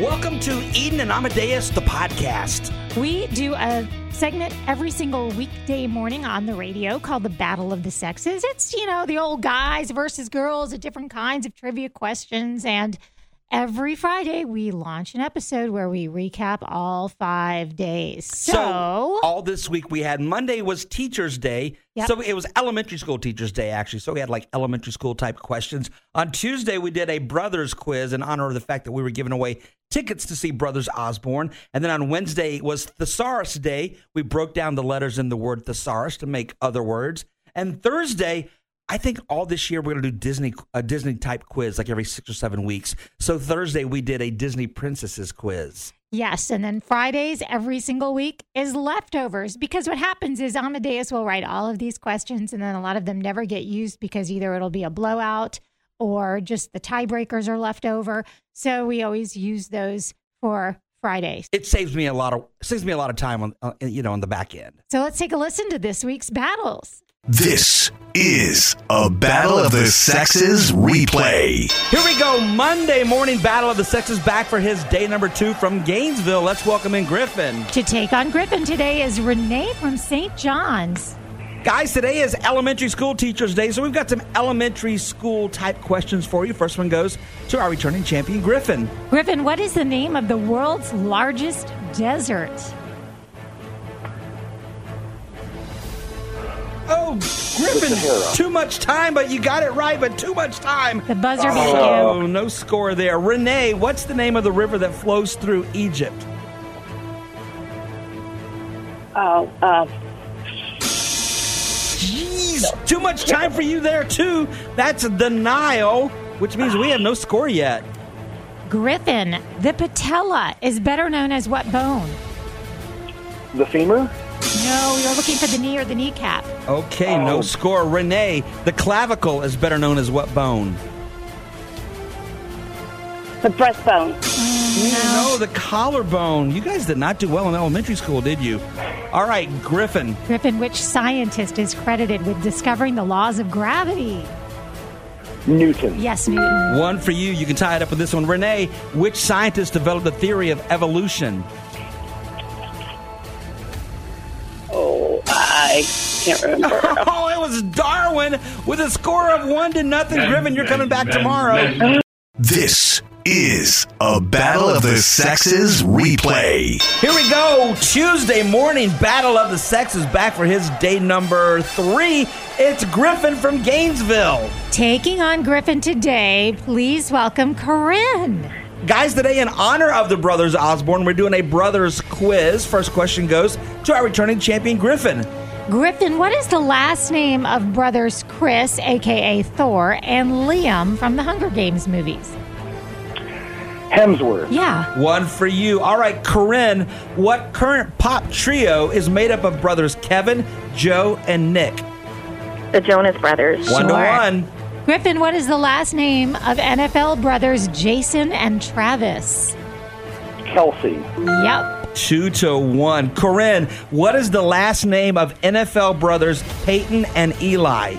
Welcome to Eden and Amadeus, the podcast. We do a segment every single weekday morning on the radio called The Battle of the Sexes. It's, you know, the old guys versus girls, the different kinds of trivia questions. And every Friday, we launch an episode where we recap all five days. So, all this week we had Monday was Teachers Day. Yep. So it was Elementary School Teachers Day, actually. So we had like elementary school type questions. On Tuesday, we did a brothers quiz in honor of the fact that we were giving away tickets to see Brothers Osborne. And then on Wednesday was Thesaurus Day. We broke down the letters in the word thesaurus to make other words. And Thursday, I think all this year we're going to do Disney a Disney type quiz like every 6 or 7 weeks. So Thursday we did a Disney princesses quiz. yes. And then Fridays, every single week, is leftovers because what happens is Amadeus will write all of these questions and then a lot of them never get used because either it'll be a blowout or just the tiebreakers are left over. So we always use those for Fridays. it saves me a lot of saves me a lot of time on uh, you know on the back end. So let's take a listen to this week's battles. This is a Battle of the Sexes replay. Here we go, Monday morning battle of the sexes back for his day number two from Gainesville. Let's welcome in Griffin. To take on Griffin today is Renee from St. John's. Guys, today is elementary school teachers day, so we've got some elementary school type questions for you. First one goes to our returning champion Griffin. Griffin, what is the name of the world's largest desert? Oh, Griffin, too much time, but you got it right, but too much time. The buzzer beat Oh, you. no score there. Renee, what's the name of the river that flows through Egypt? Oh, uh, Jeez, too much time for you there too. That's the Nile, which means we have no score yet. Griffin, the patella is better known as what bone? The femur? No, you're looking for the knee or the kneecap. Okay, no score. Renee, the clavicle is better known as what bone? the breastbone. No, the collarbone. You guys did not do well in elementary school, did you? All right, Griffin. Griffin, which scientist is credited with discovering the laws of gravity? Newton. Yes, Newton. One for you. You can tie it up with this one. Renee, which scientist developed the theory of evolution? Oh, I can't remember. Oh, it was Darwin with a score of one to nothing. Griffin, you're coming back tomorrow. This is a Battle of the Sexes replay. Here we go. Tuesday morning battle of the sexes back for his day number three. It's Griffin from Gainesville. Taking on Griffin today, please welcome Corinne. Guys, today in honor of the brothers Osborne, we're doing a brothers quiz. First question goes to our returning champion Griffin. Griffin, what is the last name of brothers Chris, aka Thor, and Liam from the Hunger Games movies? Hemsworth. Yeah. One for you. All right, Corinne. What current pop trio is made up of brothers Kevin, Joe, and Nick? The Jonas Brothers. One to Sure. one. Griffin, what is the last name of NFL brothers Jason and Travis? Kelsey. Yep. Two to one. Corinne, what is the last name of NFL brothers Peyton and Eli?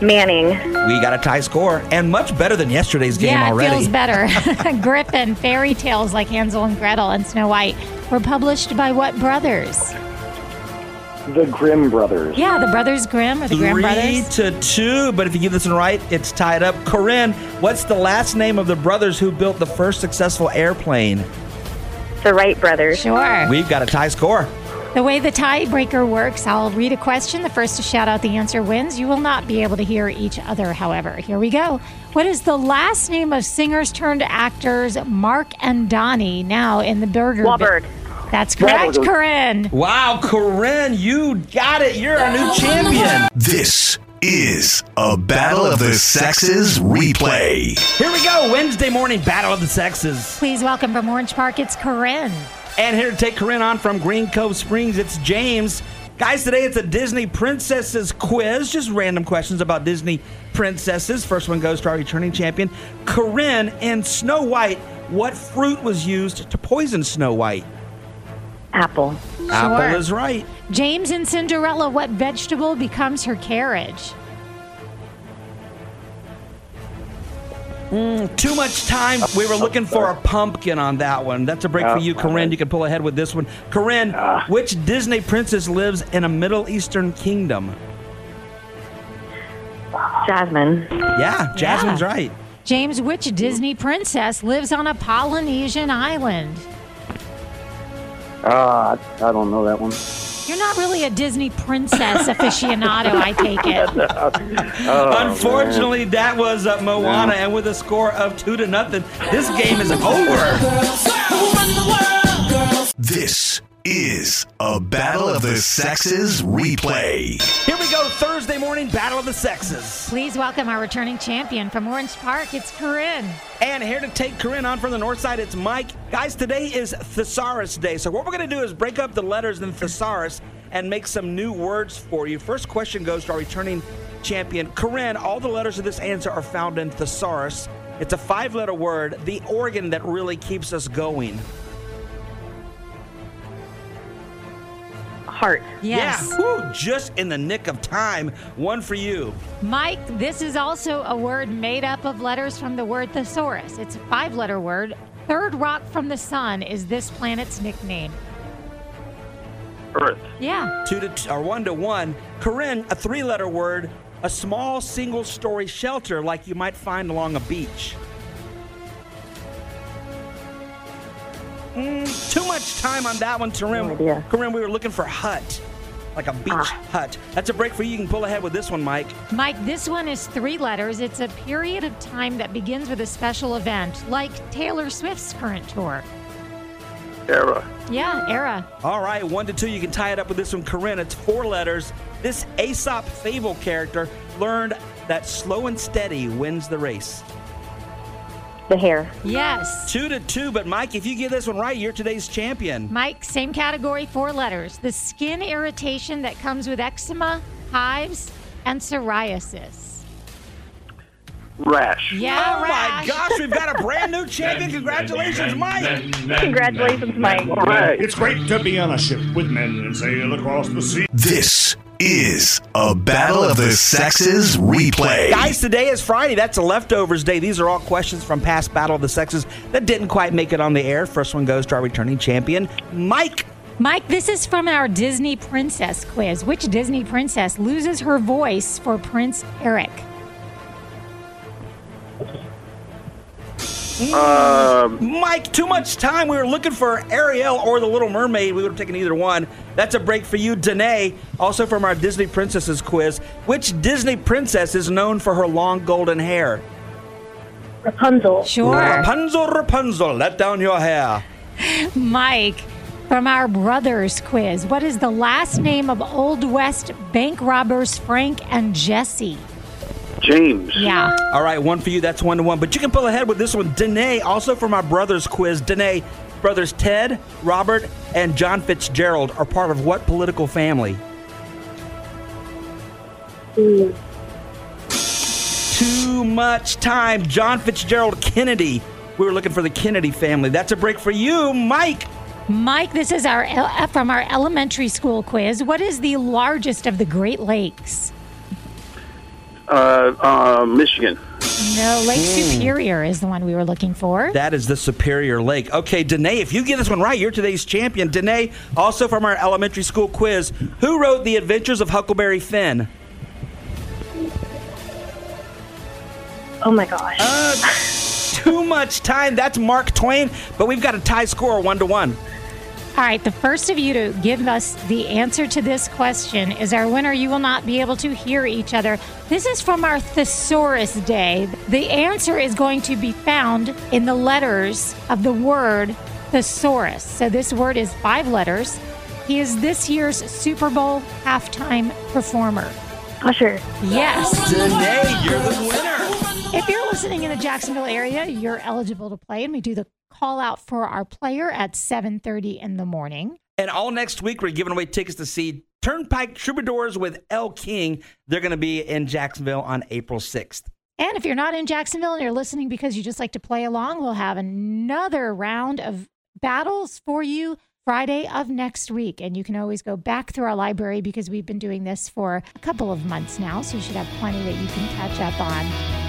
Manning. We got a tie score and much better than yesterday's game yeah, it already. feels better. Griffin, fairy tales like Hansel and Gretel and Snow White were published by what brothers? The Grimm brothers. Yeah, the Brothers Grimm or the Grimm Three brothers? to two, but if you give this one right, it's tied up. Corinne, what's the last name of the brothers who built the first successful airplane? The Wright Brothers. Sure. We've got a tie score. The way the tiebreaker works, I'll read a question. The first to shout out the answer wins. You will not be able to hear each other, however. Here we go. What is the last name of singers turned actors Mark and Donnie now in the Burger Wahlberg. Ba- That's correct, Wahlberg. Corinne. Wow, Corinne, you got it. You're our new champion. This is a Battle of the Sexes replay. Here we go. Wednesday morning, Battle of the Sexes. Please welcome from Orange Park, it's Corinne. And here to take Corinne on from Green Cove Springs, it's James. Guys, today it's a Disney Princesses quiz. Just random questions about Disney princesses. First one goes to our returning champion, Corinne. In Snow White, what fruit was used to poison Snow White? Apple. Apple is right. James and Cinderella, what vegetable becomes her carriage? Too much time. We were looking for a pumpkin on that one. That's a break for you, Corinne. You can pull ahead with this one. Corinne, which Disney princess lives in a Middle Eastern kingdom? Jasmine. Yeah, Jasmine's right. James, which Disney princess lives on a Polynesian island? Ah, I I don't know that one. You're not really a Disney princess aficionado, I take it. Unfortunately, that was uh, Moana, and with a score of two to nothing, this game is over. This is a Battle of the Sexes replay. Here we go, Thursday morning, Battle of the Sexes. Please welcome our returning champion from Orange Park. It's Corinne. And here to take Corinne on from the north side, it's Mike. Guys, today is Thesaurus Day. So, what we're going to do is break up the letters in Thesaurus and make some new words for you. First question goes to our returning champion, Corinne. All the letters of this answer are found in Thesaurus. It's a five letter word, the organ that really keeps us going. Heart. Yeah, whew, just in the nick of time. One for you. Mike, this is also a word made up of letters from the word thesaurus. It's a five letter word. Third rock from the sun is this planet's nickname. Earth. Yeah. two to t- or one to one. Corinne, a three-letter word, a small single-story shelter like you might find along a beach. Mm, too much time on that one, Corinne. No idea. Corinne, we were looking for hut, like a beach Ah. hut. That's a break for you. You can pull ahead with this one, Mike. Mike, this one is three letters. It's a period of time that begins with a special event, like Taylor Swift's current tour. Era. Yeah, era. All right, one to two. You can tie it up with this one, Corinne. It's four letters. This Aesop fable character learned that slow and steady wins the race. The hair. Yes. Two to two, but Mike, if you get this one right, you're today's champion. Mike, same category, four letters. The skin irritation that comes with eczema, hives, and psoriasis. Rash. Yeah, oh my rash. gosh, we've got a brand new champion. Congratulations, Mike. Congratulations, Mike. All right. It's great to be on a ship with men and sail across the sea. This is a Battle of the Sexes replay. Guys, today is Friday. That's a leftovers day. These are all questions from past Battle of the Sexes that didn't quite make it on the air. First one goes to our returning champion, Mike. Mike, this is from our Disney princess quiz. Which Disney princess loses her voice for Prince Eric? Mike, too much time. We were looking for Ariel or the Little Mermaid. We would have taken either one. That's a break for you, Danae. Also from our Disney Princesses quiz. Which Disney princess is known for her long golden hair? Rapunzel. Sure. Rapunzel, Rapunzel, let down your hair. Mike, from our brothers quiz, what is the last name of Old West bank robbers Frank and Jesse? James. Yeah. All right, one for you. That's one to one. But you can pull ahead with this one. Danae, also from our brothers quiz. Danae, brothers Ted, Robert, and John Fitzgerald are part of what political family? Too much time. John Fitzgerald Kennedy. We were looking for the Kennedy family. That's a break for you, Mike. Mike, this is our uh, from our elementary school quiz. What is the largest of the Great Lakes? Uh, uh, Michigan. No, Lake Superior is the one we were looking for. That is the Superior Lake. Okay, Danae, if you get this one right, you're today's champion. Danae, also from our elementary school quiz, who wrote The Adventures of Huckleberry Finn? Oh my gosh. too much time. That's Mark Twain, but we've got a tie score one to one. All right, the first of you to give us the answer to this question is our winner. You will not be able to hear each other. This is from our thesaurus day. The answer is going to be found in the letters of the word thesaurus. So this word is five letters. He is this year's Super Bowl halftime performer. Usher. Yes. Danae, you're the winner. If you're listening in the Jacksonville area, you're eligible to play, and we do the call out for our player at 7:30 in the morning. And all next week, we're giving away tickets to see Turnpike Troubadours with L King. They're going to be in Jacksonville on April 6th. And if you're not in Jacksonville and you're listening because you just like to play along, we'll have another round of battles for you Friday of next week. And you can always go back through our library because we've been doing this for a couple of months now, so you should have plenty that you can catch up on.